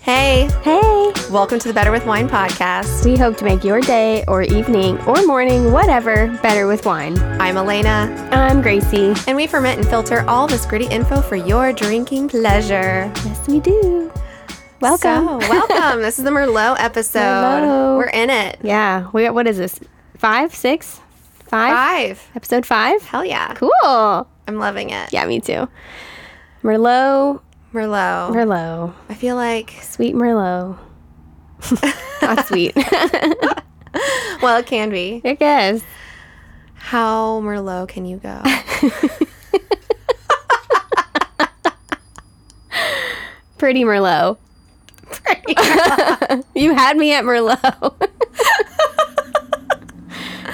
Hey, Hey, welcome to the Better with Wine podcast. we hope to make your day or evening or morning, whatever, better with wine. I'm Elena, I'm Gracie. and we ferment and filter all this gritty info for your drinking pleasure. Yes, we do. So, welcome. this is the Merlot episode. Merlot. We're in it. Yeah, we got what is this? Five, six, five? Five. Episode five? Hell yeah. Cool. I'm loving it. Yeah, me too. Merlot, Merlot. Merlot, I feel like, sweet Merlot. Not sweet. well, it can be. I guess. How Merlot can you go? Pretty Merlot. Pretty. You had me at Merlot.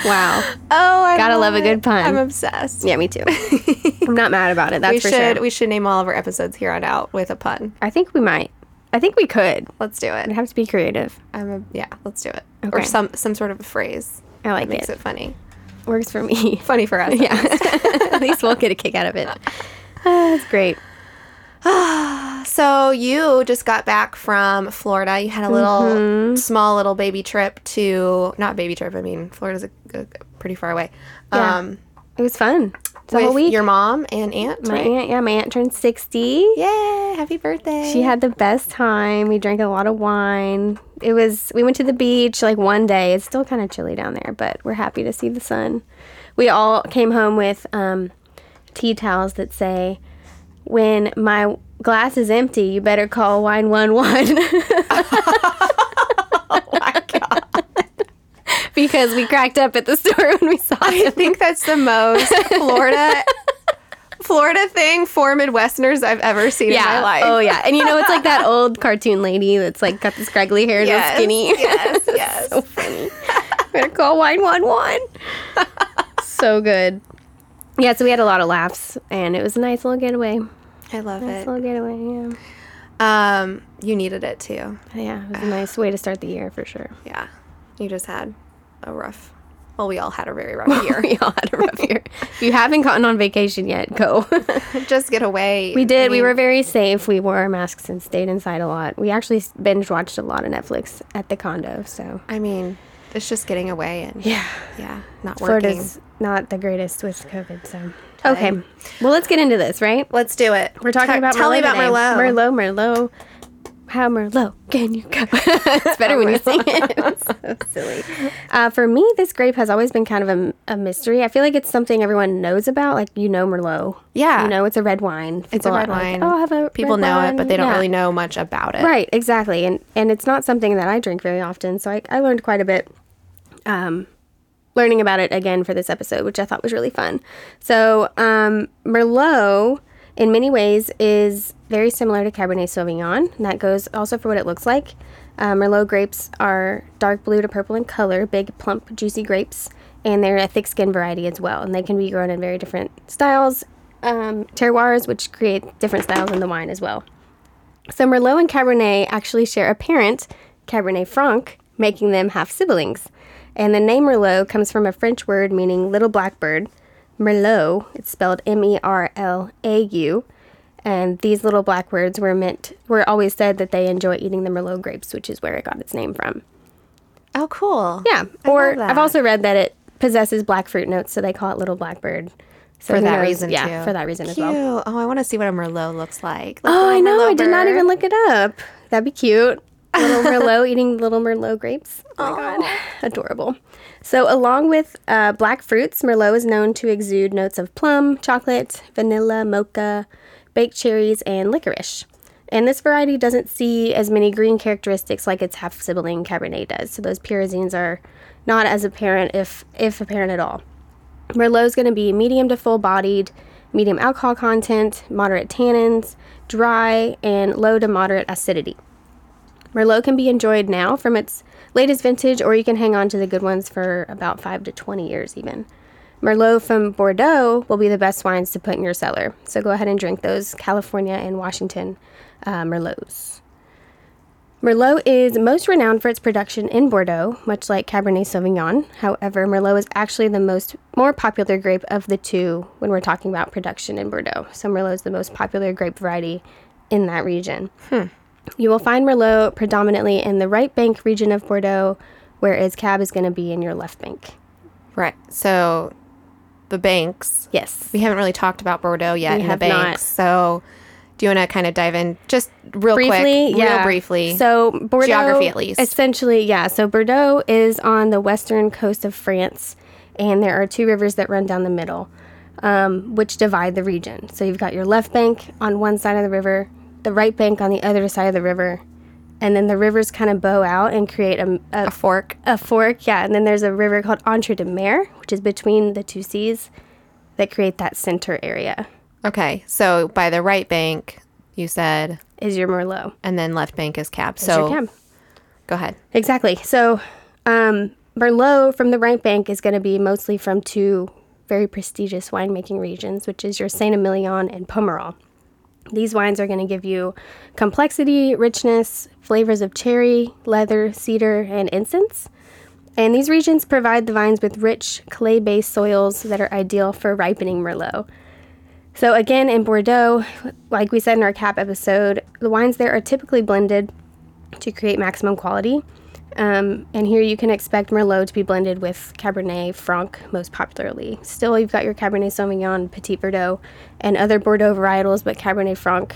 wow. Oh, I Gotta love a good it. pun. I'm obsessed. Yeah, me too. I'm not mad about it. That's we for should sure. we should name all of our episodes here on out with a pun. I think we might. I think we could. Let's do We'd it. have to be creative. I'm a, yeah, let's do it. Or Okay. some some sort of a phrase I like that makes it. it funny. Works for me. Funny for us. Yeah. At least we'll get a kick out of it. Ah, that's great. So you just got back from Florida. You had a little small little baby trip to not baby trip. I mean, Florida's a, a- pretty far away. Yeah. Um, It was fun. It's a with whole week. your mom and aunt. my right? aunt, yeah, my aunt turned 60. Yay! Happy birthday. She had the best time. We drank a lot of wine. It was we went to the beach like one day. It's still kind of chilly down there, but we're happy to see the sun. We all came home with um, tea towels that say, "When my glass is empty, you better call wine one one," My God. because we cracked up at the store when we saw I it. think that's the most Florida Florida thing for Midwesterners I've ever seen in my life. Oh yeah. And you know it's like that old cartoon lady that's like got the scraggly hair and Yes, is skinny. Yes, yes. so funny. Better call wine one one. so good. Yeah, so we had a lot of laughs, and it was a nice little getaway. I love Nice it. little getaway. Um, you needed it too. Yeah, yeah, it was a nice way to start the year for sure. Yeah. You just had a rough. Well, we all had a very rough year. We all had a rough year. If you haven't gotten on vacation yet, go. just get away. we did. we mean, were very safe. We wore our masks and stayed inside a lot. We actually s- binge watched a lot of Netflix at the condo. So I mean, it's just getting away and yeah, yeah, not working. Florida's not the greatest with COVID. So okay, well let's get into this, right? Let's do it. We're talking Ta- about tell Merlot me about today. Merlot. Merlot, Merlot. How Merlot can you go? it's better when you sing it. It's so silly. Uh, for me, this grape has always been kind of a, a mystery. I feel like it's something everyone knows about. Like you know Merlot. Yeah. You know it's a red wine. It's a People red are like, wine. oh, I have a People red know it, wine." but they don't Yeah. really know much about it. Right, exactly. And and it's not something that I drink very often, so I, I learned quite a bit um, learning about it again for this episode, which I thought was really fun. So um, Merlot, in many ways, is very similar to Cabernet Sauvignon. And that goes also for what it looks like. Uh, Merlot grapes are dark blue to purple in color, big, plump, juicy grapes, and they're a thick skin variety as well. And they can be grown in very different styles, um, terroirs, which create different styles in the wine as well. So Merlot and Cabernet actually share a parent, Cabernet Franc, making them half siblings. And the name Merlot comes from a French word meaning little blackbird. Merlot, it's spelled M E R L A U. And these little blackbirds were meant, were always said that they enjoy eating the Merlot grapes, which is where it got its name from. Oh, cool. Yeah. I love Or that. I've also read that it possesses black fruit notes, so they call it little blackbird. So for who that knows? reason Yeah, too. for that reason as Cute. well. Oh, I want to see what a merlot looks like. Oh, I know. I did not even look it up. That'd be cute. Little Merlot eating little Merlot grapes. Oh my god, adorable. So, along with uh, black fruits, Merlot is known to exude notes of plum, chocolate, vanilla, mocha, baked cherries, and licorice. And this variety doesn't see as many green characteristics like its half sibling Cabernet does. So those pyrazines are not as apparent, if if apparent at all. Merlot's going to be medium to full bodied, medium alcohol content, moderate tannins, dry, and low to moderate acidity. Merlot can be enjoyed now from its latest vintage, or you can hang on to the good ones for about 5 to 20 years, even. Merlot from Bordeaux will be the best wines to put in your cellar. So go ahead and drink those California and Washington uh, Merlots. Merlot is most renowned for its production in Bordeaux, much like Cabernet Sauvignon. However, Merlot is actually the most more popular grape of the two when we're talking about production in Bordeaux. So Merlot is the most popular grape variety in that region. You will find Merlot predominantly in the right bank region of Bordeaux, whereas Cab is going to be in your left bank. Right. So the banks. Yes. We haven't really talked about Bordeaux yet in We the have not. banks. So do you want to kind of dive in just real briefly, quick? yeah. Real briefly. So Bordeaux, Geography, at least. Essentially, yeah. So Bordeaux is on the western coast of France, and there are two rivers that run down the middle, um, which divide the region. So you've got your left bank on one side of the river, the right bank on the other side of the river, and then the rivers kind of bow out and create a, a a fork. a fork, yeah, and then there's a river called Entre de Mer, which is between the two seas, that create that center area. Okay. So by the right bank, you said, Is your Merlot? and then left bank is cab. Is your So Cab. go ahead. Exactly. So, um, Merlot from the right bank is going to be mostly from two very prestigious winemaking regions, which is your Saint Emilion and Pomerol. These wines are going to give you complexity, richness, flavors of cherry, leather, cedar, and incense. And these regions provide the vines with rich clay based soils that are ideal for ripening Merlot. So, again, in Bordeaux, like we said in our CAP episode, the wines there are typically blended to create maximum quality. Um, and here you can expect Merlot to be blended with Cabernet Franc most popularly. Still, you've got your Cabernet Sauvignon, Petit Verdot, and other Bordeaux varietals, but Cabernet Franc,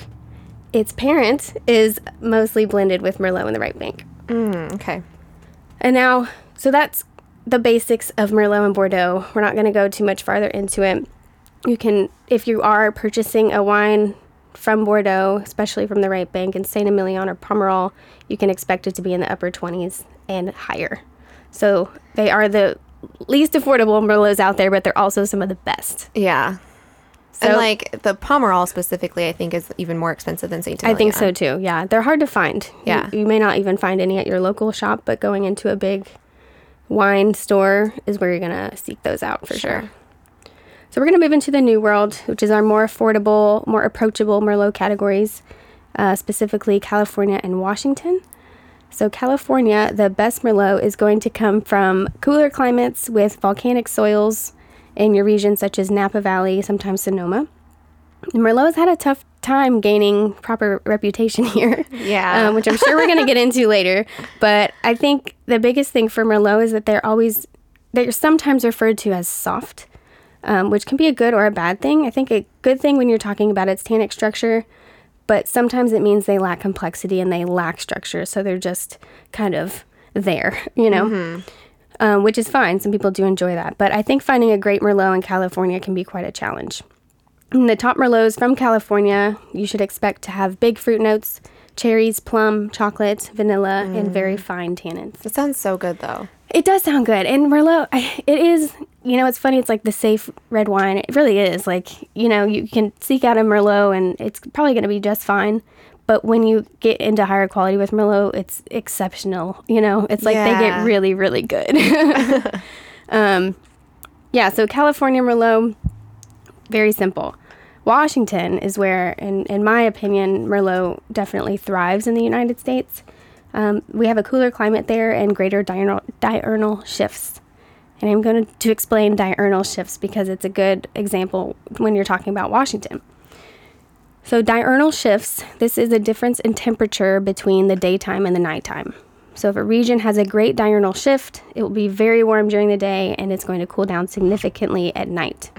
its parent, is mostly blended with Merlot in the right bank. Mm, Okay. And now, so that's the basics of Merlot and Bordeaux. We're not going to go too much farther into it. You can, if you are purchasing a wine from Bordeaux, especially from the right bank in Saint Emilion or Pomerol, you can expect it to be in the upper 20s and higher. So they are the least affordable Merlots out there, but they're also some of the best. Yeah. So- and like the Pomerol specifically, I think is even more expensive than Saint. I think so too. Yeah, they're hard to find. You- Yeah. you may not even find any at your local shop, but going into a big wine store is where you're gonna seek those out for sure. So we're going to move into the new world, which is our more affordable, more approachable Merlot categories, uh, specifically California and Washington. So, California, the best Merlot is going to come from cooler climates with volcanic soils in your regions such as Napa Valley, sometimes Sonoma. And Merlot has had a tough time gaining proper reputation here. Yeah. um, which I'm sure we're going to get into later. But I think the biggest thing for Merlot is that they're always, they're sometimes referred to as soft, um, which can be a good or a bad thing. I think a good thing when you're talking about its tannic structure, but sometimes it means they lack complexity and they lack structure. So they're just kind of there, you know? Um, which is fine. Some people do enjoy that. But I think finding a great Merlot in California can be quite a challenge. And Mm, the top Merlots from California, you should expect to have big fruit notes, cherries, plum, chocolate, vanilla, and very fine tannins. It sounds so good though. It does sound good. And Merlot, I, it is, you know, it's funny. It's like the safe red wine. It really is. Like, you know, you can seek out a Merlot and it's probably going to be just fine. But when you get into higher quality with Merlot, it's exceptional. You know, it's like they Yeah. get really, really good. um, yeah, so California Merlot, very simple. Washington is where, in, in my opinion, Merlot definitely thrives in the United States. Um, we have a cooler climate there and greater diurnal, diurnal shifts. And I'm going to, to explain diurnal shifts because it's a good example when you're talking about Washington. So, diurnal shifts this is a difference in temperature between the daytime and the nighttime. So, if a region has a great diurnal shift, it will be very warm during the day and it's going to cool down significantly at night.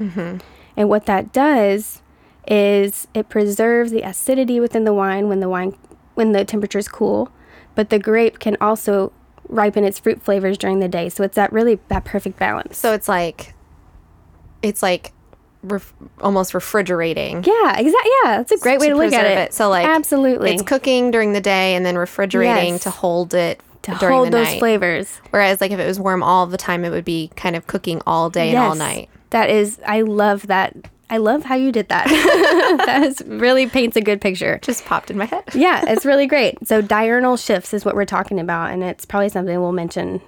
And what that does is it preserves the acidity within the wine when the wine when the temperature is cool, but the grape can also ripen its fruit flavors during the day. So it's that really that perfect balance. So it's like, it's like, ref- almost refrigerating. Yeah, exactly. Yeah, that's a great way to, look at preserve it. So like, absolutely it's cooking during the day and then refrigerating Yes. to hold it to during hold the those night. flavors. Whereas like if it was warm all the time, it would be kind of cooking all day and all Yes. night. That is, I love that. I love how you did that. that is, really paints a good picture. Just popped in my head. yeah, it's really great. So diurnal shifts is what we're talking about, and it's probably something we'll mention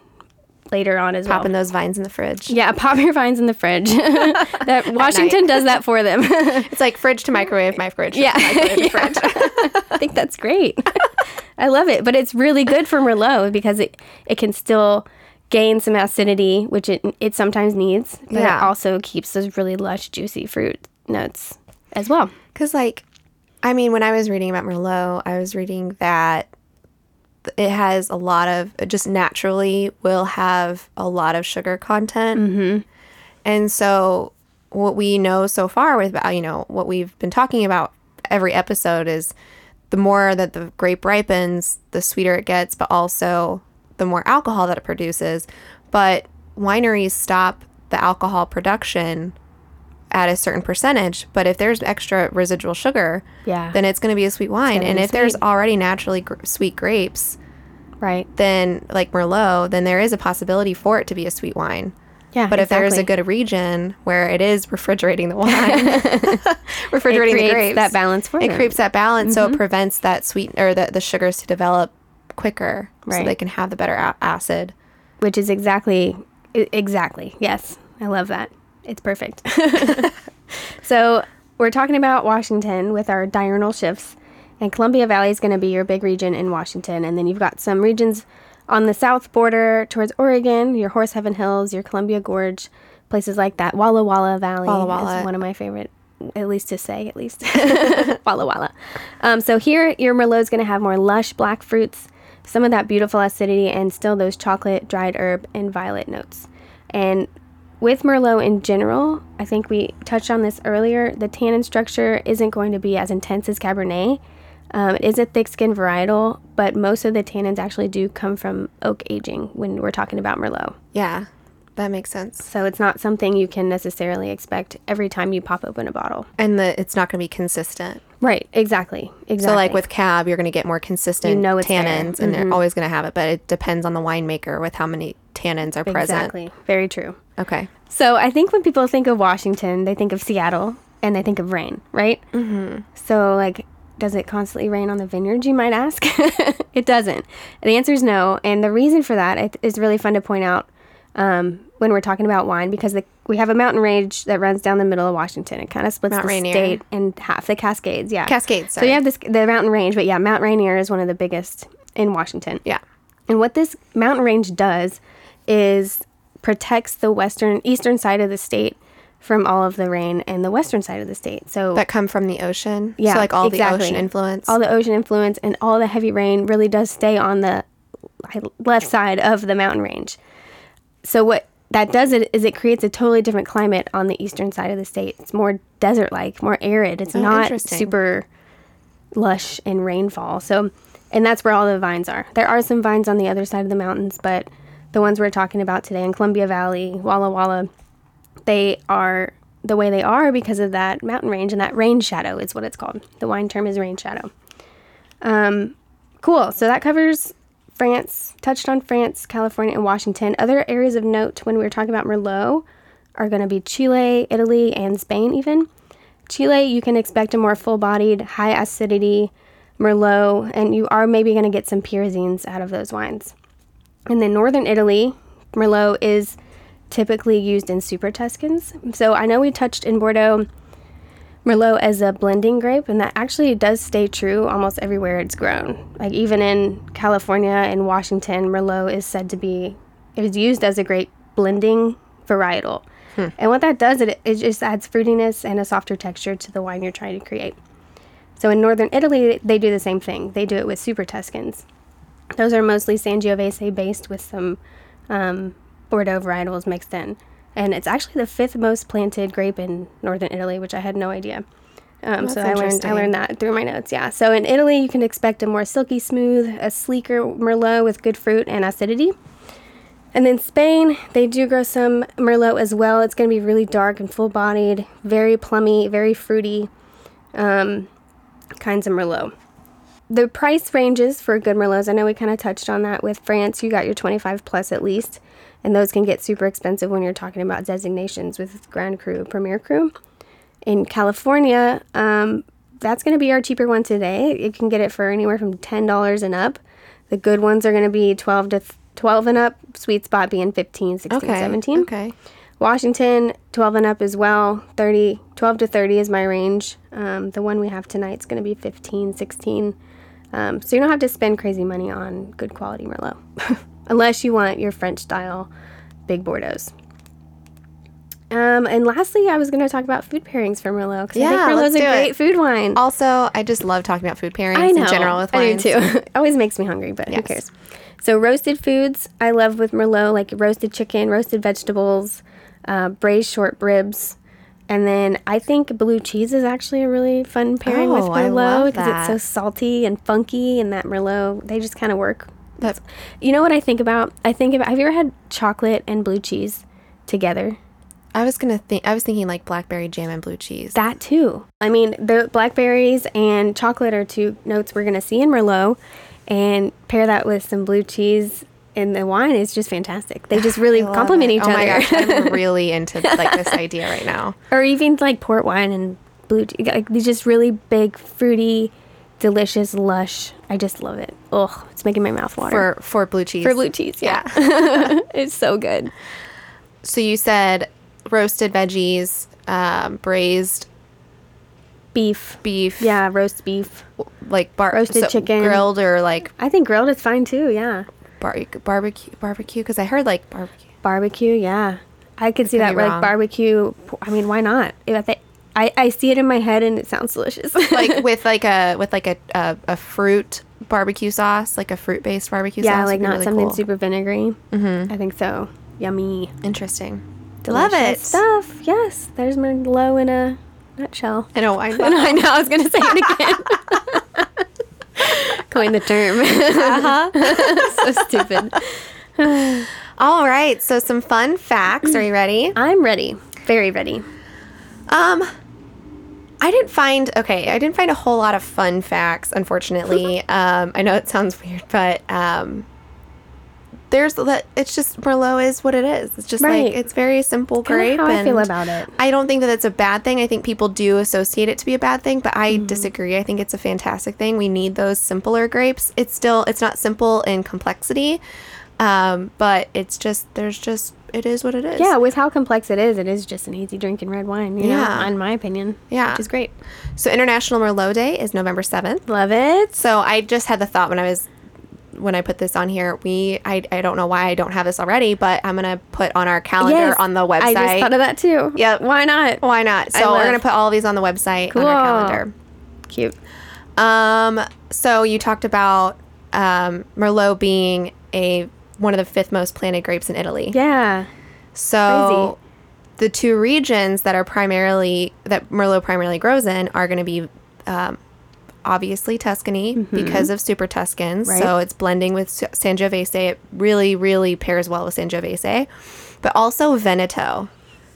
later on as well. Popping those vines in the fridge. Yeah, pop your vines in the fridge. that Washington does that for them. It's like fridge to microwave, microwave. Yeah. microwave to fridge. I think that's great. I love it, but it's really good for Merlot because it it can still gain some acidity, which it it sometimes needs, but Yeah. it also keeps those really lush, juicy fruit notes as well. Because, like, I mean, when I was reading about Merlot, I was reading that it has a lot of it just naturally will have a lot of sugar content. And so what we know so far with you know what we've been talking about every episode is the more that the grape ripens, the sweeter it gets, but also the more alcohol that it produces. But wineries stop the alcohol production at a certain percentage, but if there's extra residual sugar, Yeah. then it's going to be a sweet wine. gonna And be if there's already naturally gr- sweet grapes, Right. then like Merlot, then there is a possibility for it to be a sweet wine. Yeah. But if there is a good region where it is refrigerating the wine, refrigerating the creates grapes, that balance Mm-hmm. for it them. creates that balance, so it prevents that sweet or the, the sugars to develop quicker, so Right. they can have the better a- acid. which is exactly e- exactly yes i love that it's perfect so we're talking about washington with our diurnal shifts and columbia valley is going to be your big region in washington and then you've got some regions on the south border towards oregon your horse heaven hills your columbia gorge places like that walla walla valley Walla Walla. is one of my favorite at least to say at least walla walla um, so here your merlot's going to have more lush black fruits some of that beautiful acidity and still those chocolate, dried herb, and violet notes. And with Merlot in general, I think we touched on this earlier, the tannin structure isn't going to be as intense as Cabernet. Um, it is a thick skinned varietal, but most of the tannins actually do come from oak aging when we're talking about Merlot. Yeah, that makes sense. So it's not something you can necessarily expect every time you pop open a bottle. And the, it's not going to be consistent. Right, exactly. Exactly. So like with cab, you're going to get more consistent You know it's there. Mm-hmm. tannins, and they're always going to have it. But it depends on the winemaker with how many tannins are present. Exactly. Very true. Okay. So I think when people think of Washington, they think of Seattle and they think of rain, right? Mm-hmm. So like, does it constantly rain on the vineyards? You might ask. it doesn't. The answer is no, and the reason for that it- is really fun to point out um, when we're talking about wine because the, we have a mountain range that runs down the middle of Washington. It kind of splits Mount the Rainier. state in half. The Cascades, yeah. Cascades, So sorry. you have this the mountain range, but yeah, Mount Rainier is one of the biggest in Washington. Yeah. And what this mountain range does is protects the western eastern side of the state from all of the rain and the western side of the state. So That come from the ocean. yeah, So like all the exactly. ocean influence. all the ocean influence and all the heavy rain really does stay on the li- left side of the mountain range. So what that does it is it creates a totally different climate on the eastern side of the state. It's more desert like, more arid. It's not interesting. super lush and rainfall. So and that's where all the vines are. There are some vines on the other side of the mountains, but the ones we're talking about today in Columbia Valley, Walla Walla, they are the way they are because of that mountain range and that rain shadow is what it's called. The wine term is rain shadow. Um, cool. So that covers France, touched on France, California, and Washington. Other areas of note when we were talking about Merlot are going to be Chile, Italy, and Spain, even. Chile, you can expect a more full bodied, high acidity Merlot, and you are maybe going to get some pyrazines out of those wines. And then northern Italy, Merlot is typically used in Super Tuscans. So I know we touched in Bordeaux Merlot as a blending grape, and that actually does stay true almost everywhere it's grown. Like even in California and Washington, Merlot is said to be it is used as a great blending varietal. And what that does, it, it just adds fruitiness and a softer texture to the wine you're trying to create. So in northern Italy, they do the same thing. They do it with Super Tuscans. Those are mostly Sangiovese based with some um, Bordeaux varietals mixed in. And it's actually the fifth most planted grape in northern Italy, which I had no idea. Um, so I learned, I interesting. learned that through my notes, yeah. So in Italy, you can expect a more silky smooth, a sleeker Merlot with good fruit and acidity. And then Spain, they do grow some Merlot as well. It's going to be really dark and full bodied, very plummy, very fruity um, kinds of Merlot. The price ranges for good Merlots, I know we kind of touched on that with France. You got your 25 plus at least, and those can get super expensive when you're talking about designations with Grand Cru, Premier Cru. In California, um, that's going to be our cheaper one today. You can get it for anywhere from $10 and up. The good ones are going to be 12 to th- 12 and up, sweet spot being 15, 16, okay. 17. Okay. Washington, 12 and up as well. 30, 12 to 30 is my range. Um, the one we have tonight's going to be 15, 16. Um, so you don't have to spend crazy money on good quality Merlot, unless you want your French style big Bordeaux. Um, and lastly, I was going to talk about food pairings for Merlot because Yeah, I think Merlot's let's a do it. great food wine. Also, I just love talking about food pairings I know. in general with I wine. do too. Always makes me hungry, but who Yes. cares? So roasted foods I love with Merlot, like roasted chicken, roasted vegetables, uh, braised short ribs, and then I think blue cheese is actually a really fun pairing with Oh, I Merlot love because it's so that. salty and funky, and that Merlot they just kind of work. That's You know what I think about? I think about. Have you ever had chocolate and blue cheese together? I was gonna think. I was thinking like blackberry jam and blue cheese. That too. I mean, the blackberries and chocolate are two notes we're going to see in Merlot, and pair that with some blue cheese and the wine is just fantastic. They just really I love complement it. each oh other. my gosh, I'm really into like this idea right now. or even like port wine and blue cheese. Like these just really big, fruity, delicious, lush. I just love it. Ugh, it's making my mouth water. For for blue cheese. For blue cheese, yeah. it's so good. so you said roasted veggies, um, braised Beef. beef. Yeah, roast beef. Like bar- Roasted chicken. grilled or like I think grilled is fine too, yeah. bar- barbecue barbecue because I heard like barbecue. Barbecue, yeah. I could see could that be like wrong. barbecue. I mean, why not? If I, thi- I I see it in my head and it sounds delicious. like with like a with like a a, a fruit barbecue sauce, like a fruit based barbecue sauce. yeah, would like be not really something cool. super vinegary. Mm-hmm. I think so. Yummy. interesting. Delicious Love it. stuff. Yes, there's my low in a nutshell. I know. I'm I know. I was gonna say it again. Coin the term. Uh-huh. so stupid. All right. So some fun facts. Are you ready? I'm ready. Very ready. Um, I didn't find okay. I didn't find a whole lot of fun facts, unfortunately. um, I know it sounds weird, but um, there's that. It's just Merlot is what it is. It's just Right. like it's very simple Kinda grape. how I and feel about it. I don't think that it's a bad thing. I think people do associate it to be a bad thing, but Mm-hmm. I disagree. I think it's a fantastic thing. We need those simpler grapes. It's still it's not simple in complexity, um, but it's just there's just it is what it is. Yeah, with how complex it is, it is just an easy drinking red wine. You Yeah. know, in my opinion. Yeah. which is great. So International Merlot Day is November seventh. Love it. So I just had the thought when I was when I put this on here. We I, I don't know why I don't have this already, but I'm gonna put on our calendar on the website. Oh, I just thought of that too. Yep. Why not? why not? I So we're love- gonna put all these on the website on Cool. our calendar. Cute. Um, so you talked about um, Merlot being a one of the fifth most planted grapes in Italy. Yeah. So the two regions that are primarily that Merlot primarily grows in are going to be um, obviously Tuscany because of Super Tuscans. So Mm-hmm. Right. it's blending with Sa- Sangiovese. It really, really pairs well with Sangiovese, but also Veneto.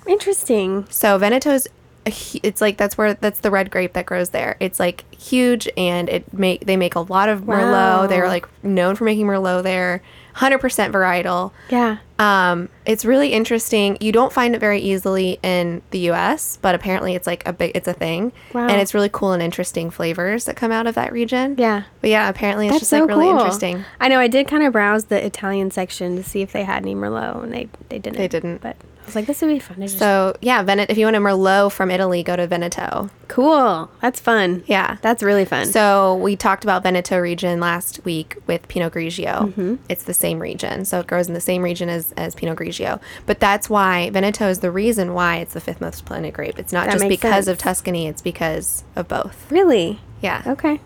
Interesting. So Veneto's a hu- it's like that's where that's the red grape that grows there. It's like huge and it make they make a lot of Wow. merlot. They're like known for making merlot there. 100% varietal. Yeah. Um, it's really interesting. You don't find it very easily in the U.S., but apparently it's like a big, it's a thing, Wow. and it's really cool and interesting flavors that come out of that region. Yeah. but yeah, apparently it's That's just so like really cool. interesting. I know. I did kind of browse the Italian section to see if they had any Merlot, and they they didn't. They didn't. But I was like, this would be fun. to just- So yeah, Venet- if you want a Merlot from Italy, go to Veneto. cool. That's fun. Yeah. That's really fun. So we talked about Veneto region last week with Pinot Grigio. Mm-hmm. It's the same region, so it grows in the same region as, as Pinot Grigio. But that's why Veneto is the reason why it's the fifth most planted grape. It's not That just makes because of sense. Tuscany; it's because of both. really. Yeah. Okay.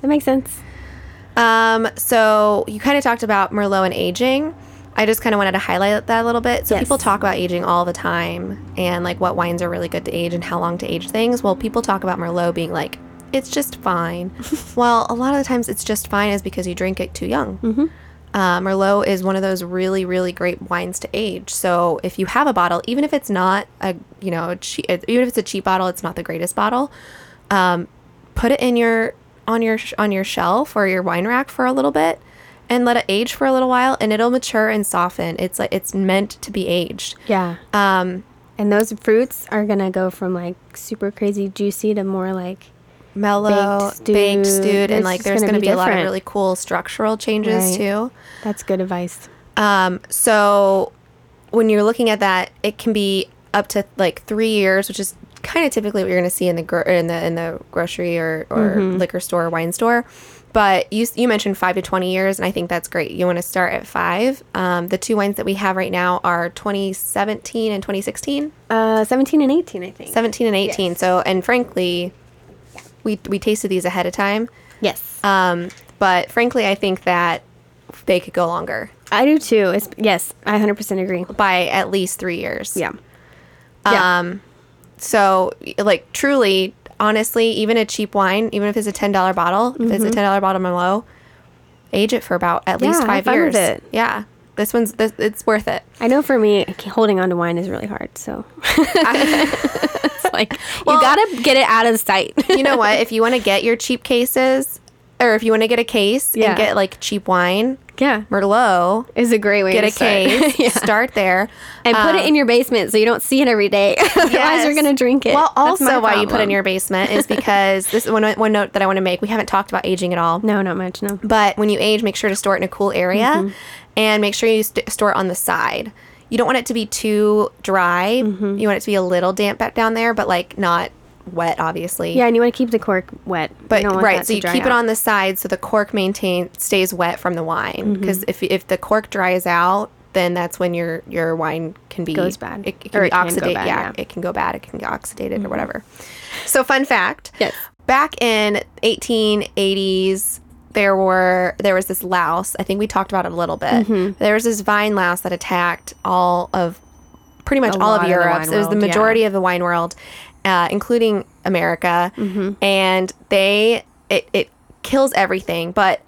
That makes sense. Um, so you kind of talked about Merlot and aging. I just kind of wanted to highlight that a little bit. So Yes. people talk about aging all the time and like what wines are really good to age and how long to age things. Well, people talk about Merlot being like, it's just fine. well, a lot of the times it's just fine is because you drink it too young. Uh, Merlot is one of those really, really great wines to age. So if you have a bottle, even if it's not a, you know, a che- even if it's a cheap bottle, it's not the greatest bottle. Um, put it in your on your sh- on your shelf or your wine rack for a little bit, and let it age for a little while, and it'll mature and soften. It's like it's meant to be aged. Yeah. Um, And those fruits are gonna go from like super crazy juicy to more like mellow, Baked baked stewed. stewed, It's and like just there's gonna going to be be, a lot of different. really cool structural changes Right. too. that's good advice. Um, so when you're looking at that, it can be up to like three years, which is kind of typically what you're going to see in the gro- in the in the grocery or, or liquor store or wine store. But you, you mentioned five to 20 years, and I think that's great. You want to start at five. Um, the two wines that we have right now are 2017 and 2016, Uh, 17 and 18, I think. 17 and 18. So, and frankly, we, we tasted these ahead of time. Yes. Um, but frankly, I think that they could go longer I do too. It's, yes, I 100% agree. by at least three years. Yeah. Yeah. Um, so like truly, honestly, even a cheap wine, even if it's a ten dollar bottle, if it's a ten dollar bottle Merlot, age it for about at least Mm-hmm. Yeah, five have fun years. with it. Yeah, this one's this, it's worth it. I know for me, holding on to wine is really hard. So it's like, Well- you got to get it out of sight. You know what? if you want to get your cheap cases, or if you want to get a case Yeah. and get like cheap wine, yeah. Merlot, Is a great way get to a case, yeah. start there, and put Um, it in your basement so you don't see it every day. Otherwise, you're Yes. going to drink it. Well, That's my also why you put it in problem. your basement is because this is one one note that I want to make. We haven't talked about aging at all. No, not much. No. But when you age, make sure to store it in a cool area and make sure you st- store it on the side. You don't want it to be too dry. You want it to be a little damp back down there, but like not wet, obviously. Yeah, and you want to keep the cork wet. You But don't want right, that so to you dry keep it out. on the side so the cork maintain stays wet from the wine. Mm-hmm. Because if, if the cork dries out, then that's when your your wine can be Goes bad. It, it can be Or it can go oxidated. bad, yeah, yeah. Mm-hmm. it can go bad. It can get oxidated or whatever. So fun fact. Yes. Back in 1880s, there were there was this louse. I think we talked about it a little bit. Mm-hmm. There was this vine louse that attacked all of pretty much A all lot of of the Europe. wine So it was the world, yeah. majority of the wine world, uh, including America, Mm-hmm. and they it, it kills everything. But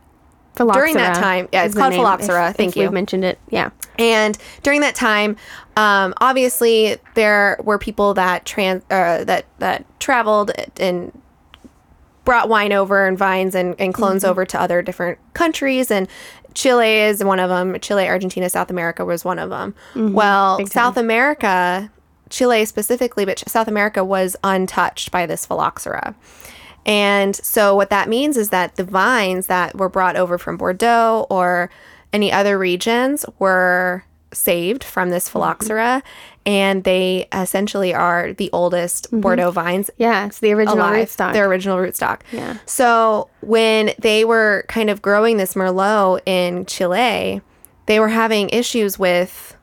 during that Phylloxera time- yeah, is it's the called name, phylloxera, If, thank if we've you. mentioned it. Yeah. And during that time, um, obviously there were people that trans uh, that that traveled and brought wine over and vines and, and clones over to other different countries and Chile is one of them. Chile, Argentina, South America was one of them. Well, South America, Chile specifically, but South America was untouched by this phylloxera. And so what that means is that the vines that were brought over from Bordeaux or any other regions were saved from this phylloxera and they essentially are the oldest Bordeaux vines Yeah. It's the original alive, rootstock. their original rootstock. Yeah. So when they were kind of growing this Merlot in Chile, they were having issues with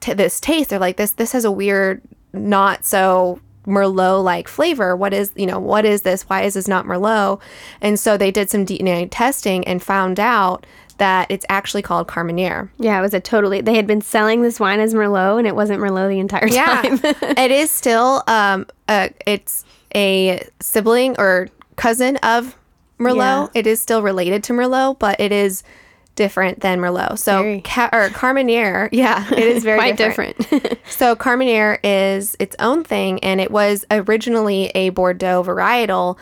t- this taste. They're like, this this has a weird, not so Merlot like flavor. What is you know what is this? Why is this not Merlot? And so they did some DNA testing and found out that it's actually called Carmenere. Yeah, it was a totally. They had been selling this wine as Merlot, and it wasn't Merlot the entire time. it is still um uh it's a sibling or cousin of Merlot. Yeah. It is still related to Merlot, but it is different than Merlot. So Very. ca- or Carmenere, yeah, it is very Quite different. different. So Carmenere is its own thing, and it was originally a Bordeaux varietal.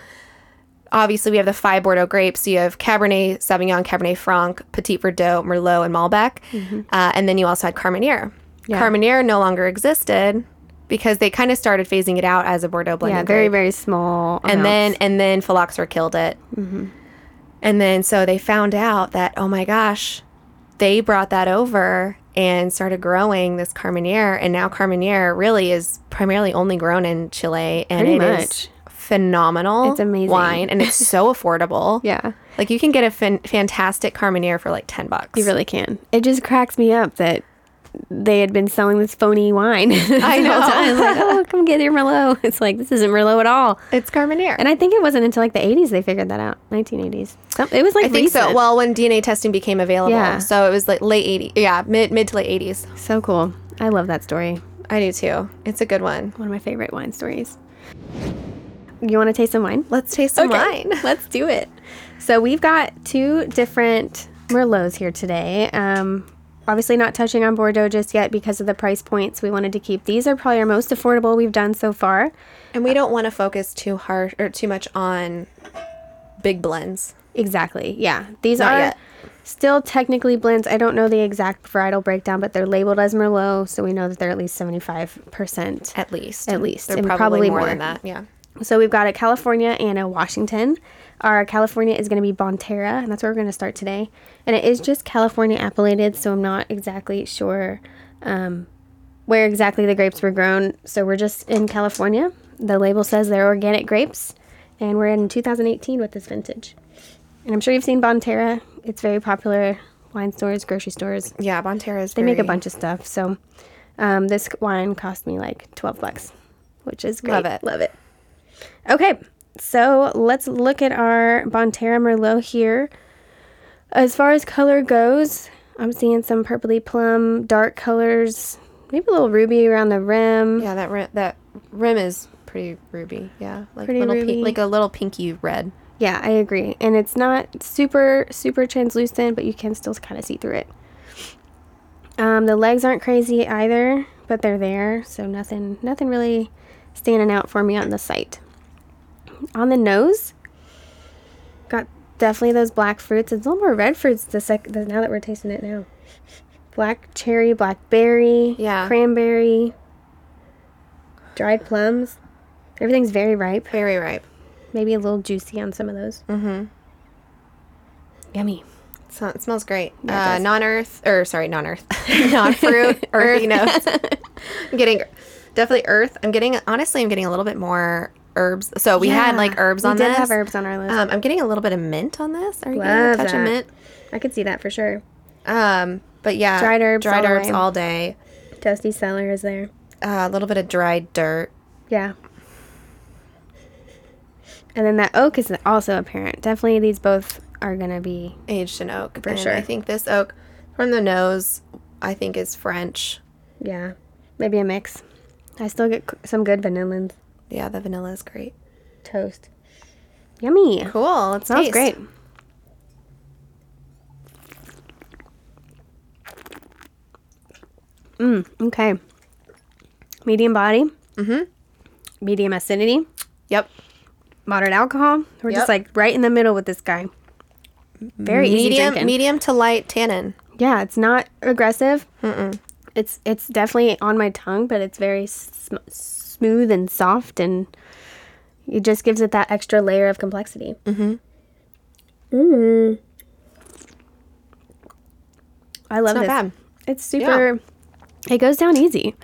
Obviously, we have the five Bordeaux grapes. You have Cabernet Sauvignon, Cabernet Franc, Petit Verdot, Merlot, and Malbec, uh, and then you also had Carmenere. Mm-hmm. Yeah. Carmenere no longer existed because they kind of started phasing it out as a Bordeaux blend. yeah, very very small. and then amounts. and then phylloxera killed it. And then so they found out that oh my gosh, they brought that over and started growing this Carmenere, and now Carmenere really is primarily only grown in Chile, and Pretty it is much. phenomenal. It's amazing. wine, and it's so affordable. yeah, like you can get a fin- fantastic Carmenere for like ten bucks. you really can. It just cracks me up that they had been selling this phony wine. I know. Like, oh, come get your Merlot. It's like this isn't Merlot at all. it's Carmenere. And I think it wasn't until like the 80s they figured that out. 1980s. Some- It was like I think so. recent. Well, when DNA testing became available, Yeah. so it was like late eighty, yeah, mid mid to late eighties. so cool. I love that story. I do too. It's a good one. One of my favorite wine stories. You want to taste some wine? Let's taste some Okay, wine. Let's do it. So we've got two different Merlots here today. Um, obviously, not touching on Bordeaux just yet because of the price points we wanted to keep. These are probably our most affordable we've done so far. And we don't want to focus too hard or too much on big blends. Exactly. Yeah. These Not are yet. still technically blends. I don't know the exact varietal breakdown, but they're labeled as Merlot, so we know that they're at least 75%. At least. At least, They're and probably, probably more, more. than that. Yeah. So we've got a California and a Washington. Our California is going to be Bonterra, and that's where we're going to start today. And it is just California appellated, so I'm not exactly sure um, where exactly the grapes were grown. So we're just in California. The label says they're organic grapes, and we're in 2018 with this vintage. And I'm sure you've seen Bonterra. It's very popular wine stores, grocery stores. Yeah, Bonterra is They make a very- bunch of stuff. So um, this wine cost me like 12 bucks, which is great. Love it. Love it. Okay. So let's look at our Bonterra Merlot here. As far as color goes, I'm seeing some purpley plum, dark colors, maybe a little ruby around the rim. Yeah, that rim, that rim is pretty ruby. Yeah, like Pretty little ruby. Pink, like a little pinky red. Yeah, I agree. And it's not super, super translucent, but you can still kind of see through it. Um, the legs aren't crazy either, but they're there, so nothing, nothing really standing out for me on the sight. On the nose, got definitely those black fruits. It's a little more red fruits the sec- the, now that we're tasting it now. Black cherry, blackberry, Yeah. cranberry, dried plums. Everything's very ripe Very ripe. maybe a little juicy on some of those. Mm-hmm. Yummy. So it smells great. uh, Yeah, it does. non-earth, or sorry, non-earth, non-fruit, earthy notes. I'm getting definitely earth. I'm getting honestly, I'm getting a little bit more herbs. So we had Yeah, like herbs we on did this. have herbs on our list. Um, I'm getting a little bit of mint on this. Are you getting a Love touch that. of mint? I could see that for sure. Um, but yeah, Dried herbs dried all the herbs way. all day. Dusty cellar is there. Uh, a little bit of dried dirt. Yeah. And then that oak is also apparent. Definitely, these both are gonna be. aged in oak. For and sure. I think this oak from the nose, I think is French. Yeah, maybe a mix. I still get c- some good vanillin Yeah, the vanilla is great. toast. Yummy. Cool. It Smells great. Mm, okay. Medium body. Mm-hmm. Medium acidity. Yep. Moderate alcohol. We're Yep. just like right in the middle with this guy. Very easy medium, drinking. medium to light tannin. yeah, it's not aggressive. Mm-mm. It's it's definitely on my tongue, but it's very sm- smooth and soft, and it just gives it that extra layer of complexity. Mm. Mm-hmm. I love It's not this. bad. It's super. It goes down easy.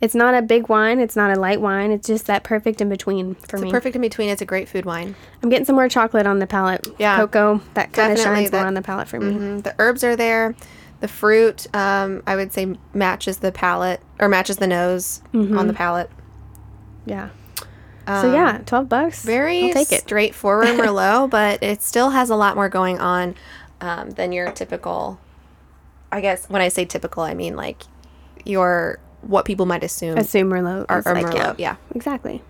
It's not a big wine. It's not a light wine. It's just that perfect in between for It's me. perfect in between. It's a great food wine. I'm getting some more chocolate on the palate. Yeah. cocoa that kind of Definitely shines more that- on the palate for me. Mm, The herbs are there. The fruit, um, I would say, matches the palate or matches the nose on the palate. Yeah. Um, Mm-hmm. So yeah, twelve bucks. very I'll take it. straightforward Merlot, but it still has a lot more going on um, than your typical. I guess when I say typical, I mean like your what people might assume. Assume Merlot. Or- is or like, Merlot, yeah. Exactly.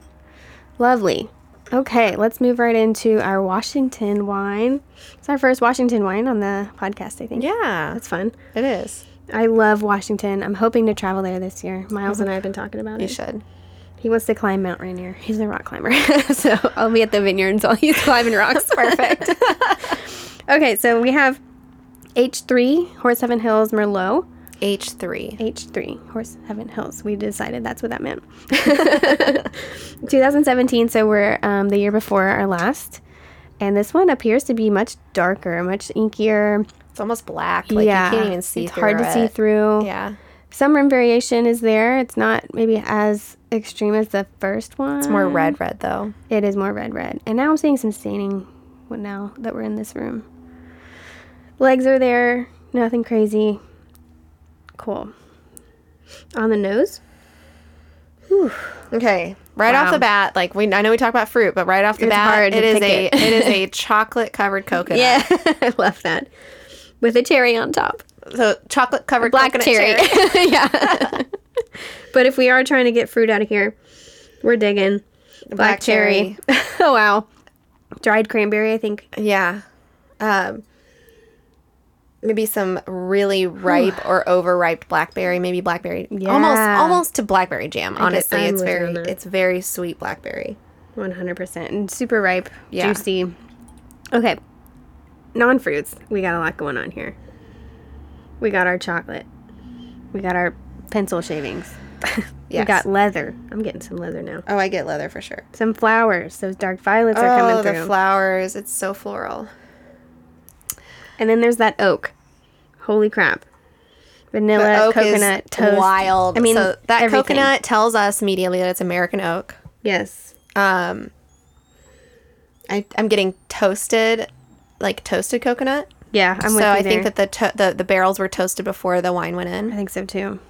Lovely. Okay, let's move right into our Washington wine. It's our first Washington wine on the podcast, I think. yeah, That's fun. it is. I love Washington. I'm hoping to travel there this year. Miles and I have been talking about You it. should. He wants to climb Mount Rainier. He's a rock climber. so I'll be at the vineyards while he's climbing rocks. Perfect. okay, so we have H3, Horse Heaven Hills Merlot. H three. H3, Horse Heaven Hills. We decided that's what that meant. 2017, so we're um, the year before our last. And this one appears to be much darker, much inkier. It's almost black. Like you can't even see It's through hard to see it. through. Yeah, Some rim variation is there. It's not maybe as extreme as the first one. it's more red, red though. It is more red, red. And now I'm seeing some staining w- now that we're in this room. Legs are there, nothing crazy. Cool. On the nose, Okay, right Wow. off the bat, like we I know we talk about fruit, but right off the It's bat, hard to it is pick a it. it is a chocolate covered coconut. Yeah, I love that. With a cherry on top. So chocolate covered Black coconut cherry. yeah. but if we are trying to get fruit out of here, we're digging. Black, Black cherry. oh, wow. Dried cranberry, I think. Yeah. Um, maybe some really ripe or overripe blackberry, maybe blackberry almost Yeah. almost to blackberry jam, honestly. I'm it's with you very on that. it's very sweet blackberry. 100%. And super ripe, Yeah. juicy. Okay. Non fruits. We got a lot going on here. We got our chocolate. We got our pencil shavings. We Yes. got leather. I'm getting some leather now. Oh, I get leather for sure. Some flowers. Those dark violets are Oh, coming the through. flowers. It's so floral. and then there's that oak. Holy crap. Vanilla, The oak coconut, is toast. wild. I mean, so that everything. coconut tells us immediately that it's American oak. Yes. Um, I, I'm getting toasted like toasted coconut. Yeah, I'm so with you I there. think that the, to- the the barrels were toasted before the wine went in. I think so too.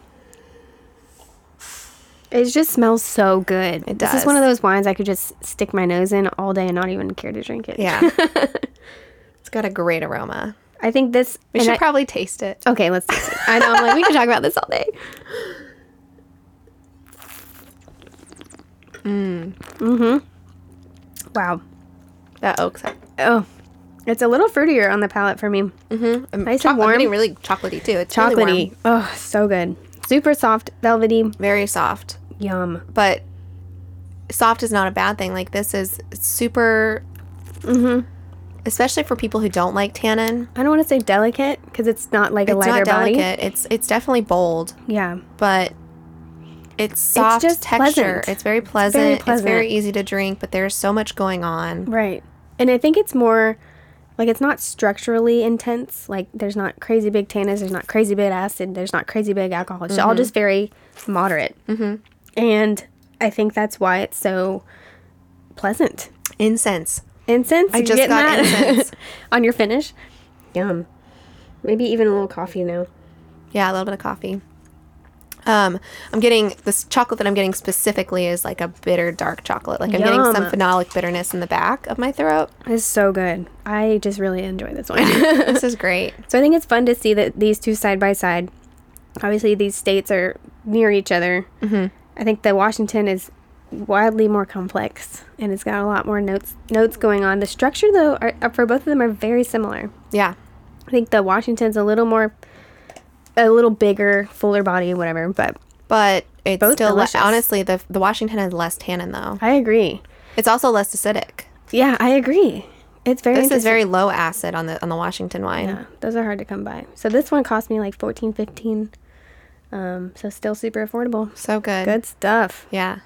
It just smells so good. It This does. is one of those wines I could just stick my nose in all day and not even care to drink it. Yeah, it's got a great aroma. I think this. We and should I- Oh. probably taste it. okay, let's. taste it. I know. I'm like, we could talk about this all day. Mm. Mm-hmm. Wow. That oak's Oh, it's a little fruitier on the palate for me. um, Nice choc- and I'm warm. getting really chocolatey too. It's really Chocolatey. warm. Oh, so good. Super soft, velvety. very soft, Yum. but soft is not a bad thing. Like this is super, Mm-hmm. especially for people who don't like tannin. I don't want to say delicate because it's not like a It's lighter not body. delicate. It's it's definitely bold, Yeah. but it's soft just texture. pleasant. It's very pleasant. It's very pleasant. easy to drink, but there's so much going on. Right. And I think it's more like it's not structurally intense. Like there's not crazy big tannins, there's not crazy big acid, there's not crazy big alcohol. It's Mm-hmm. all just very moderate. Mm-hmm. And I think that's why it's so pleasant. Incense. Incense. I just got incense. on your finish. Yum. Maybe even a little coffee now. Yeah, a little bit of coffee. Um, I'm getting this chocolate that I'm getting specifically is like a bitter dark chocolate. Like I'm getting some Yum. phenolic bitterness in the back of my throat. It's so good. I just really enjoy this one. this is great. so I think it's fun to see that these two side by side. Obviously, these states are near each other. Mm-hmm. I think that Washington is wildly more complex, and it's got a lot more notes notes going on. The structure, though, are, are- for both of them are very similar. Yeah. I think the Washington's a little more, a little bigger, fuller body, whatever. But But it's Both still le- delicious. honestly the the Washington has less tannin though. I agree. It's also less acidic. Yeah, I agree. It's very. This is interesting. very low acid on the on the Washington wine. Yeah, those are hard to come by. So this one cost me like fourteen, fifteen. Um, so still super affordable. So good. Good stuff. Yeah.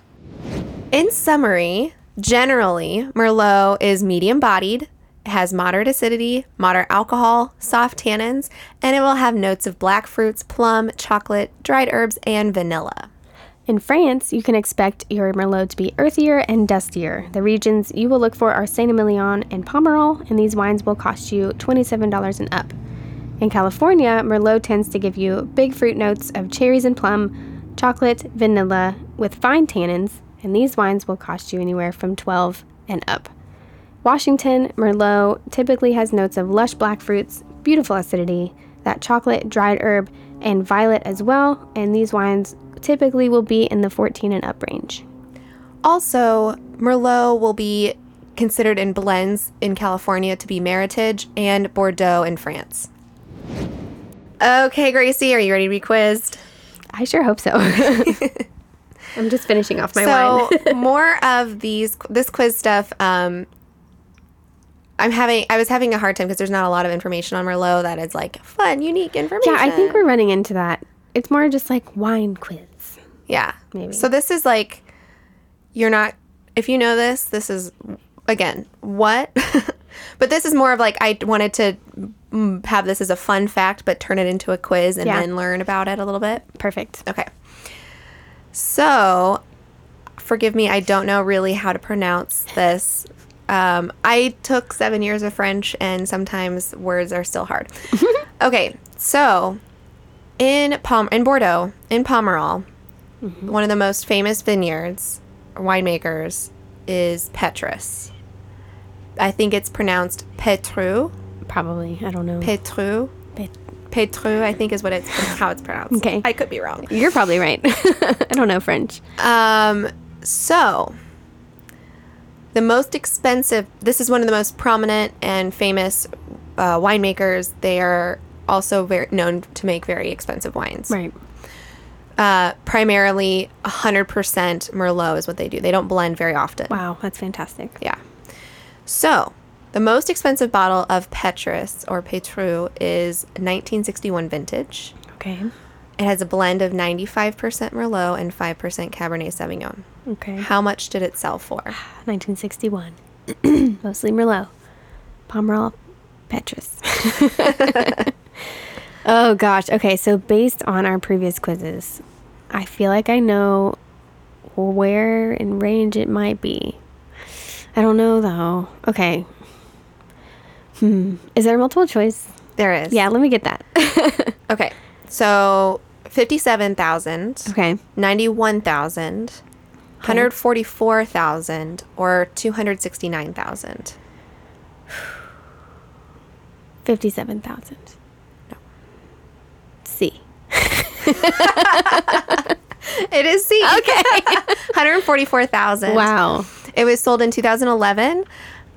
In summary, generally, Merlot is medium bodied, has moderate acidity, moderate alcohol, soft tannins, and it will have notes of black fruits, plum, chocolate, dried herbs, and vanilla. In France, you can expect your Merlot to be earthier and dustier. The regions you will look for are Saint Emilion and Pomerol, and these wines will cost you $27 and up. In California, Merlot tends to give you big fruit notes of cherries and plum, chocolate, vanilla, with fine tannins, and these wines will cost you anywhere from 12 and up. Washington Merlot typically has notes of lush black fruits, beautiful acidity, that chocolate, dried herb, and violet as well, and these wines typically will be in the 14 and up range. Also, Merlot will be considered in blends in California to be Meritage and Bordeaux in France. Okay, Gracie, are you ready to be quizzed? I sure hope so. I'm just finishing off my wine. so more of these this quiz stuff um i'm having i was having a hard time because there's not a lot of information on merlot that is like fun unique information Yeah, I think we're running into that. It's more just like wine quiz. yeah Maybe. so this is like you're not if you know this this is again what but this is more of like i wanted to mm, have this as a fun fact but turn it into a quiz and Yeah. then learn about it a little bit Perfect. Okay. So, forgive me, I don't know really how to pronounce this. Um, I took seven years of French, and sometimes words are still hard. okay, so in Palm in Bordeaux, in Pomerol, one of the most famous vineyards winemakers is Petrus. I think it's pronounced Petru. Probably. I don't know. Petru. Pet- Petru, I think is what it's how it's pronounced. Okay. I could be wrong. You're probably right. I don't know French. Um, so the most expensive. This is one of the most prominent and famous uh, winemakers. They are also very known to make very expensive wines. Right. Uh, primarily, 100% Merlot is what they do. They don't blend very often. Wow, that's fantastic. Yeah. So the most expensive bottle of Petrus or Petru is 1961 vintage. Okay. It has a blend of 95% Merlot and 5% Cabernet Sauvignon. Okay. How much did it sell for? 1961. Mostly Merlot. Pomerol Petrus. oh gosh. Okay, so based on our previous quizzes, I feel like I know where in range it might be. I don't know though. Okay. Hmm. Is there multiple choice? There is. Yeah, let me get that. Okay. So 57,000, okay. 91,000, 144,000, or 269,000. 57,000. No. C. It is C. Okay. 144,000. Wow. It was sold in 2011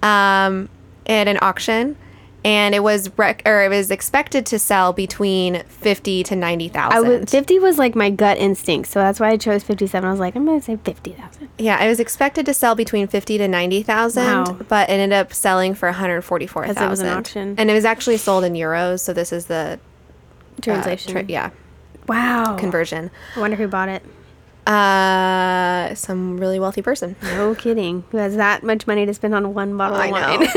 um, at an auction. And it was rec- or it was expected to sell between fifty to ninety I was, thousand. 50 was like my gut instinct, so that's why I chose 57. I was like, I'm going to say 50,000. Yeah, it was expected to sell between fifty to ninety thousand, Wow. but it ended up selling for one hundred forty-four thousand. it was an auction. and it was actually sold in euros. So this is the uh, Translation. tra- yeah, wow. conversion. I wonder who bought it. Uh, some really wealthy person. No kidding. Who has that much money to spend on one bottle of wine?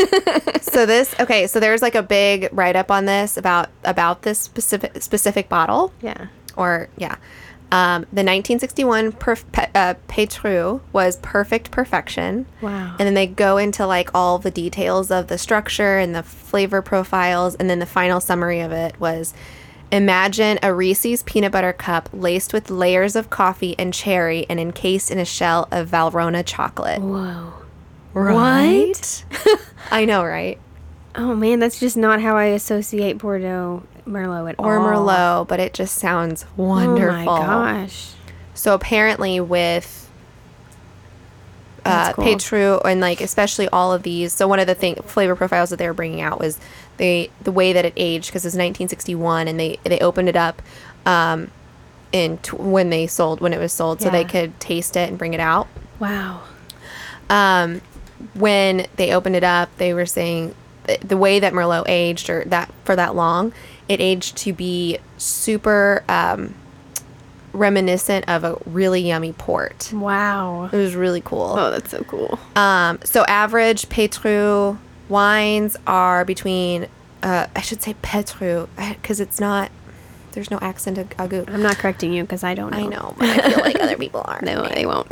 so this okay. So there's like a big write up on this about about this specific specific bottle. yeah. Or yeah, um, the 1961 perf- pe- uh, Petrus was perfect perfection. Wow. And then they go into like all the details of the structure and the flavor profiles, and then the final summary of it was. Imagine a Reese's peanut butter cup laced with layers of coffee and cherry and encased in a shell of Valrhona chocolate. Whoa. Right? I know, right? Oh man, that's just not how I associate Bordeaux Merlot at Or all. Merlot, but it just sounds Oh my wonderful. gosh. So apparently with uh, That's cool. Petru and like especially all of these. So one of the thing flavor profiles that they were bringing out was they the way that it aged because it's 1961 and they they opened it up um, in t- when they sold when it was sold so they Yeah. could taste it and bring it out. Wow. um, when they opened it up, they were saying th- the way that Merlot aged or that for that long, it aged to be super um, reminiscent of a really yummy port. Wow. It was really cool. Oh, that's so cool. Um, so average Petru wines are between, uh, I should say Petru because it's not, there's no accent ag- agut. I'm not correcting you because I don't know. I know, but I feel like other people are. Mm. No, they won't.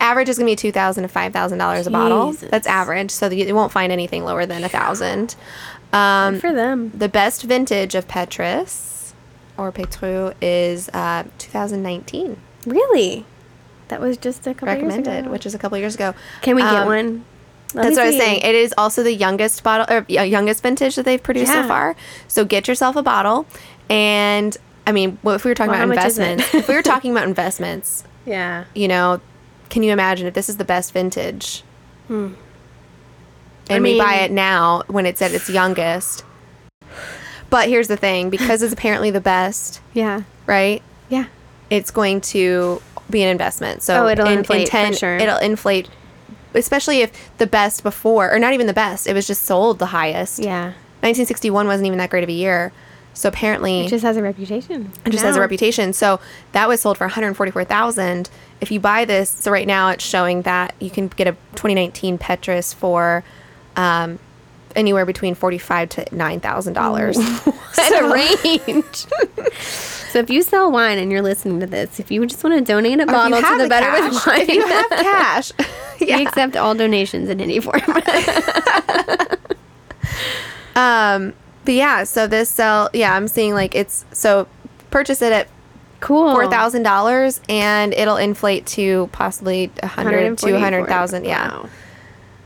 average is going to be two thousand to five thousand dollars a bottle. Jesus. That's average, so you you won't find anything lower than a thousand. Um, For them. the best vintage of Petrus or Petru is uh, 2019, Really? That was just a couple years recommended, ago. which is a couple years ago. Can we get Um, one? Let me That's what I was see. saying. It is also the youngest bottle or y- youngest vintage that they've produced Yeah. so far. So get yourself a bottle, and I mean, well, if we were talking Well, how about much is it? investments, if we were talking about investments, Yeah. you know, can you imagine if this is the best vintage? And Hmm. I we buy mean- it now when it's at its youngest. But here's the thing because it's apparently the best, Yeah. right? Yeah. It's going to be an investment. So Oh, it'll inflate for sure. It'll inflate, especially if the best before, or not even the best, it was just sold the highest. Yeah. 1961 wasn't even that great of a year. So apparently, It just has a reputation. it just has a now. reputation. So that was sold for 144,000. If you buy this, so right now it's showing that you can get a 2019 Petrus for um, anywhere between 45 to 9,000 dollars. a range. so if you sell wine and you're listening to this, if you just want to donate a bottle to the Better with Wine, If you have cash, we yeah. accept all donations in any form. Um, but yeah, so this sell, yeah, I'm seeing like it's so purchase it at cool. four thousand dollars and it'll inflate to possibly a hundred, two hundred thousand, yeah, Wow.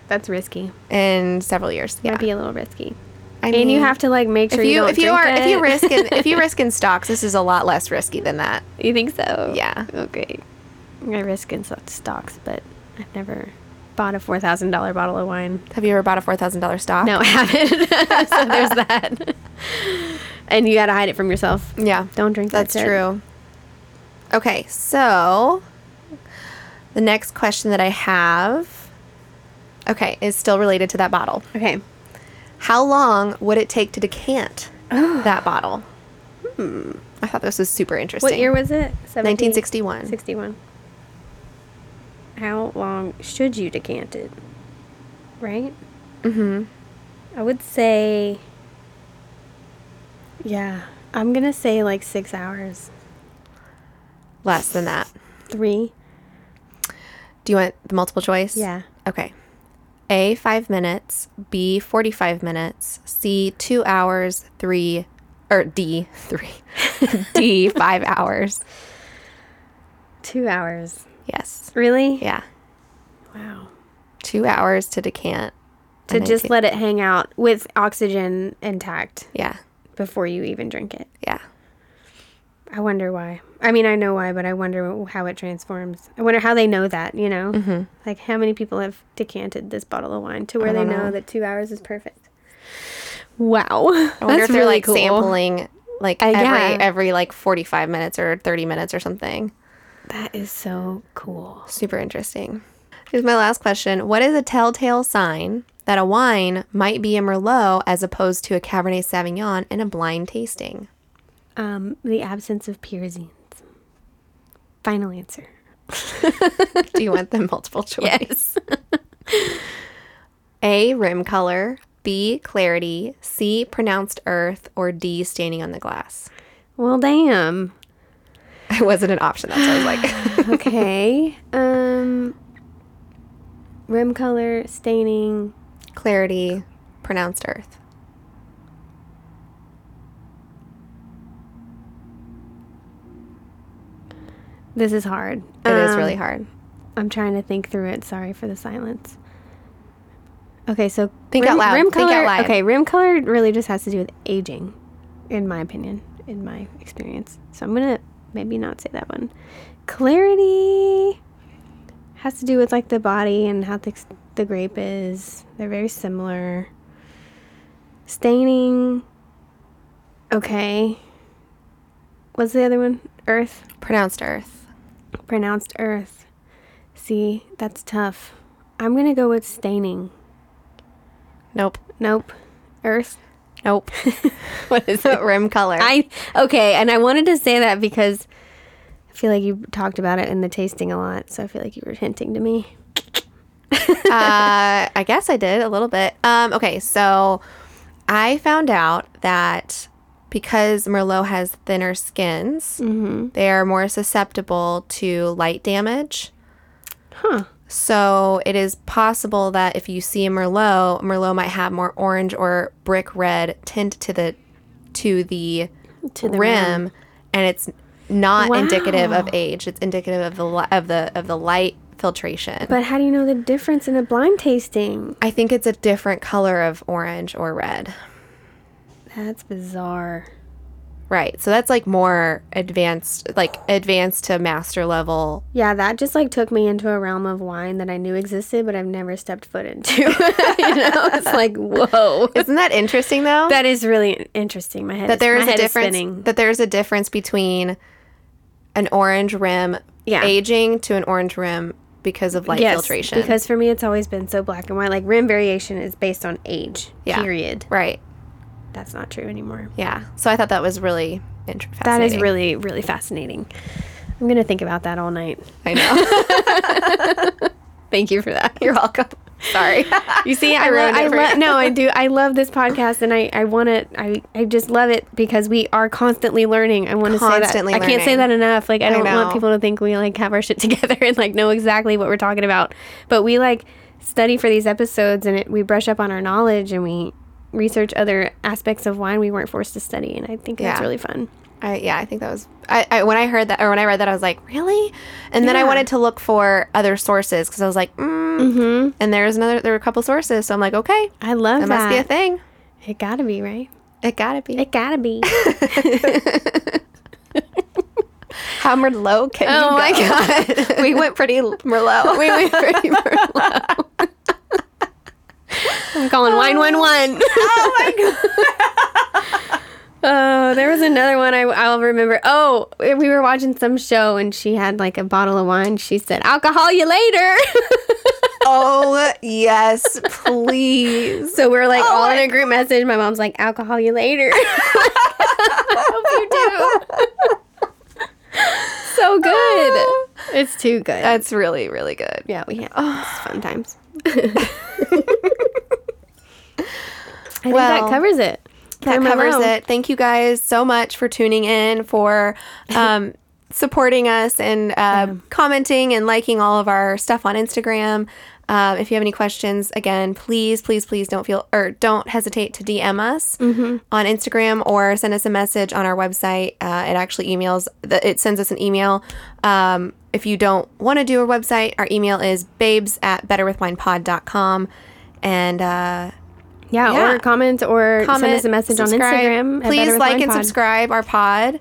That's risky. in several years. Yeah, Might be a little risky. I and you mean- have to like make sure if you, you, don't if you drink are if you it. risk in, if you risk in stocks, this is a lot less risky than that. you think so? Yeah. Okay. I risk in so- stocks, but I've never bought a four thousand dollar bottle of wine. Have you ever bought a four thousand dollar stock? No, I haven't. so there's that. and you gotta hide it from yourself. Yeah, Don't drink that That's shit. true. Okay, so the next question that I have, okay, is still related to that bottle. Okay. How long would it take to decant that bottle? Hmm. I thought this was super interesting. Oh. What year was it? 17? 1961. 61. How long should you decant it? Right? Mm-hmm. I would say. Yeah. I'm going to say like six hours. Less than that. Three? Do you want the multiple choice? Yeah. Okay. A, five minutes, B, 45 minutes, C, two hours, three, or D, three, D, five hours. Two hours. Yes. Really? Yeah. Wow. Two hours to decant. To and I just take- let it hang out with oxygen intact Yeah. before you even drink it. Yeah. I wonder why. I mean, I know why, but I wonder how it transforms. I wonder how they know that, you know? Mm-hmm. Like, how many people have decanted this bottle of wine to where they know. that two hours is perfect? Wow. I wonder That's if they're really like sampling like Uh, every yeah. every like 45 minutes or 30 minutes or something. That is so cool. Super interesting. Here's my last question. What is a telltale sign that a wine might be a Merlot as opposed to a Cabernet Sauvignon in a blind tasting? Um, the absence of pyrazines. Final answer. Do you want the multiple choice? A. Rim color. B. Clarity. C. Pronounced earth. Or D. Staining on the glass. Well, damn. It wasn't an option. That's what I was like. Okay. um, rim color, staining. Clarity. Pronounced earth. This is hard. It is Um, really hard. I'm trying to think through it. Sorry for the silence. Okay, so Think out loud. Rim Think out color, loud. Okay, rim color really just has to do with aging, in my opinion, in my experience. So I'm gonna maybe not say that one. Clarity has to do with like the body and how thick s- the grape is. They're very similar. Staining. Okay. What's the other one? Earth Pronounced earth. pronounced earth. See, that's tough. I'm gonna go with staining. Nope. Nope. Earth. Nope. what is it? Rim color. I okay, and I wanted to say that because I feel like you talked about it in the tasting a lot, so I feel like you were hinting to me. uh, I guess I did a little bit. Um, okay, so I found out that because Merlot has thinner skins, they are more susceptible to light damage. Huh. So it is possible that if you see a Merlot, Merlot might have more orange or brick red tint to the to the, To the rim, and it's not indicative of Wow. age. It's indicative of the li- of the of the light filtration. But how do you know the difference in a blind tasting? I think it's a different color of orange or red. That's bizarre. Right. So that's like more advanced, like advanced to master level. Yeah, that just like took me into a realm of wine that I knew existed, but I've never stepped foot into. you know, it's like whoa. Isn't that interesting though? That is really interesting. My head that there my is a head difference. spinning. that there is a difference between an orange rim Yeah. aging to an orange rim because of light Yes, filtration. Because for me, it's always been so black and white. Like rim variation is based on age. Yeah. Period. right. That's not true anymore. Yeah. So I thought that was really interesting. That is really really fascinating. I'm gonna think about that all night. I know. Thank you for that. You're welcome. Sorry. You see, I, ruined it love. I for lo- you. no, I do. I love this podcast, and I I want to. I I just love it because we are constantly learning. I want to say that. Constantly I can't say learning. that enough. Like I don't know. want people to think we like have our shit together and like know exactly what we're talking about. But we like study for these episodes, and it, we brush up on our knowledge, and we research other aspects of wine we weren't forced to study. And I think that's Yeah. really fun. I, yeah, I think that was I, I when I heard that or when I read that I was like, really? And then I Yeah. wanted to look for other sources because I was like, mm. Mm-hmm. and there was another there were a couple sources, so I'm like, okay, I love that that. must be a thing. It gotta be right. It gotta be. It gotta be. How Merlot can you go? god. we went pretty l- Merlot. we went pretty low. I'm calling wine one one. Oh my god. Oh, there was another one I, I'll remember. Oh, we were watching some show and she had like a bottle of wine. She said, "I'll call you later." oh yes, please. so we're like all in my- a group message. Oh My mom's like, "I'll call you later." so good. It's too good. That's really really good. yeah, we had oh, it's fun times. I think Well, that covers it. That covers it. Thank you guys so much for tuning in for um, supporting us and uh, commenting and liking all of our stuff on Instagram. Um, if you have any questions, again, please, please, please don't feel or don't hesitate to DM us on Instagram or send us a message on our website. Uh, it actually emails the, it sends us an email. Um, if you don't want to do a website, our email is babes at betterwithwinepod.com. And uh, Yeah, Yeah. or comment or send comment, us a message subscribe. on Instagram. at Please Better With like Wine and Pod. Mm-hmm. subscribe our pod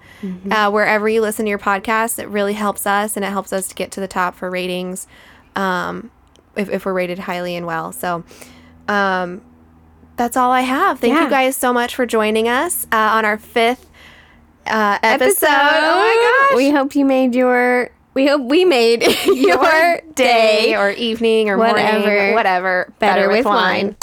uh, wherever you listen to your podcast. It really helps us and it helps us to get to the top for ratings um, if, if we're rated highly and well. So um, that's all I have. Thank Yeah. you guys so much for joining us uh, on our fifth uh, episode. Episode. Oh my gosh. We hope you made your. We hope we made your, Your day or evening or Whatever. morning, whatever, better with wine.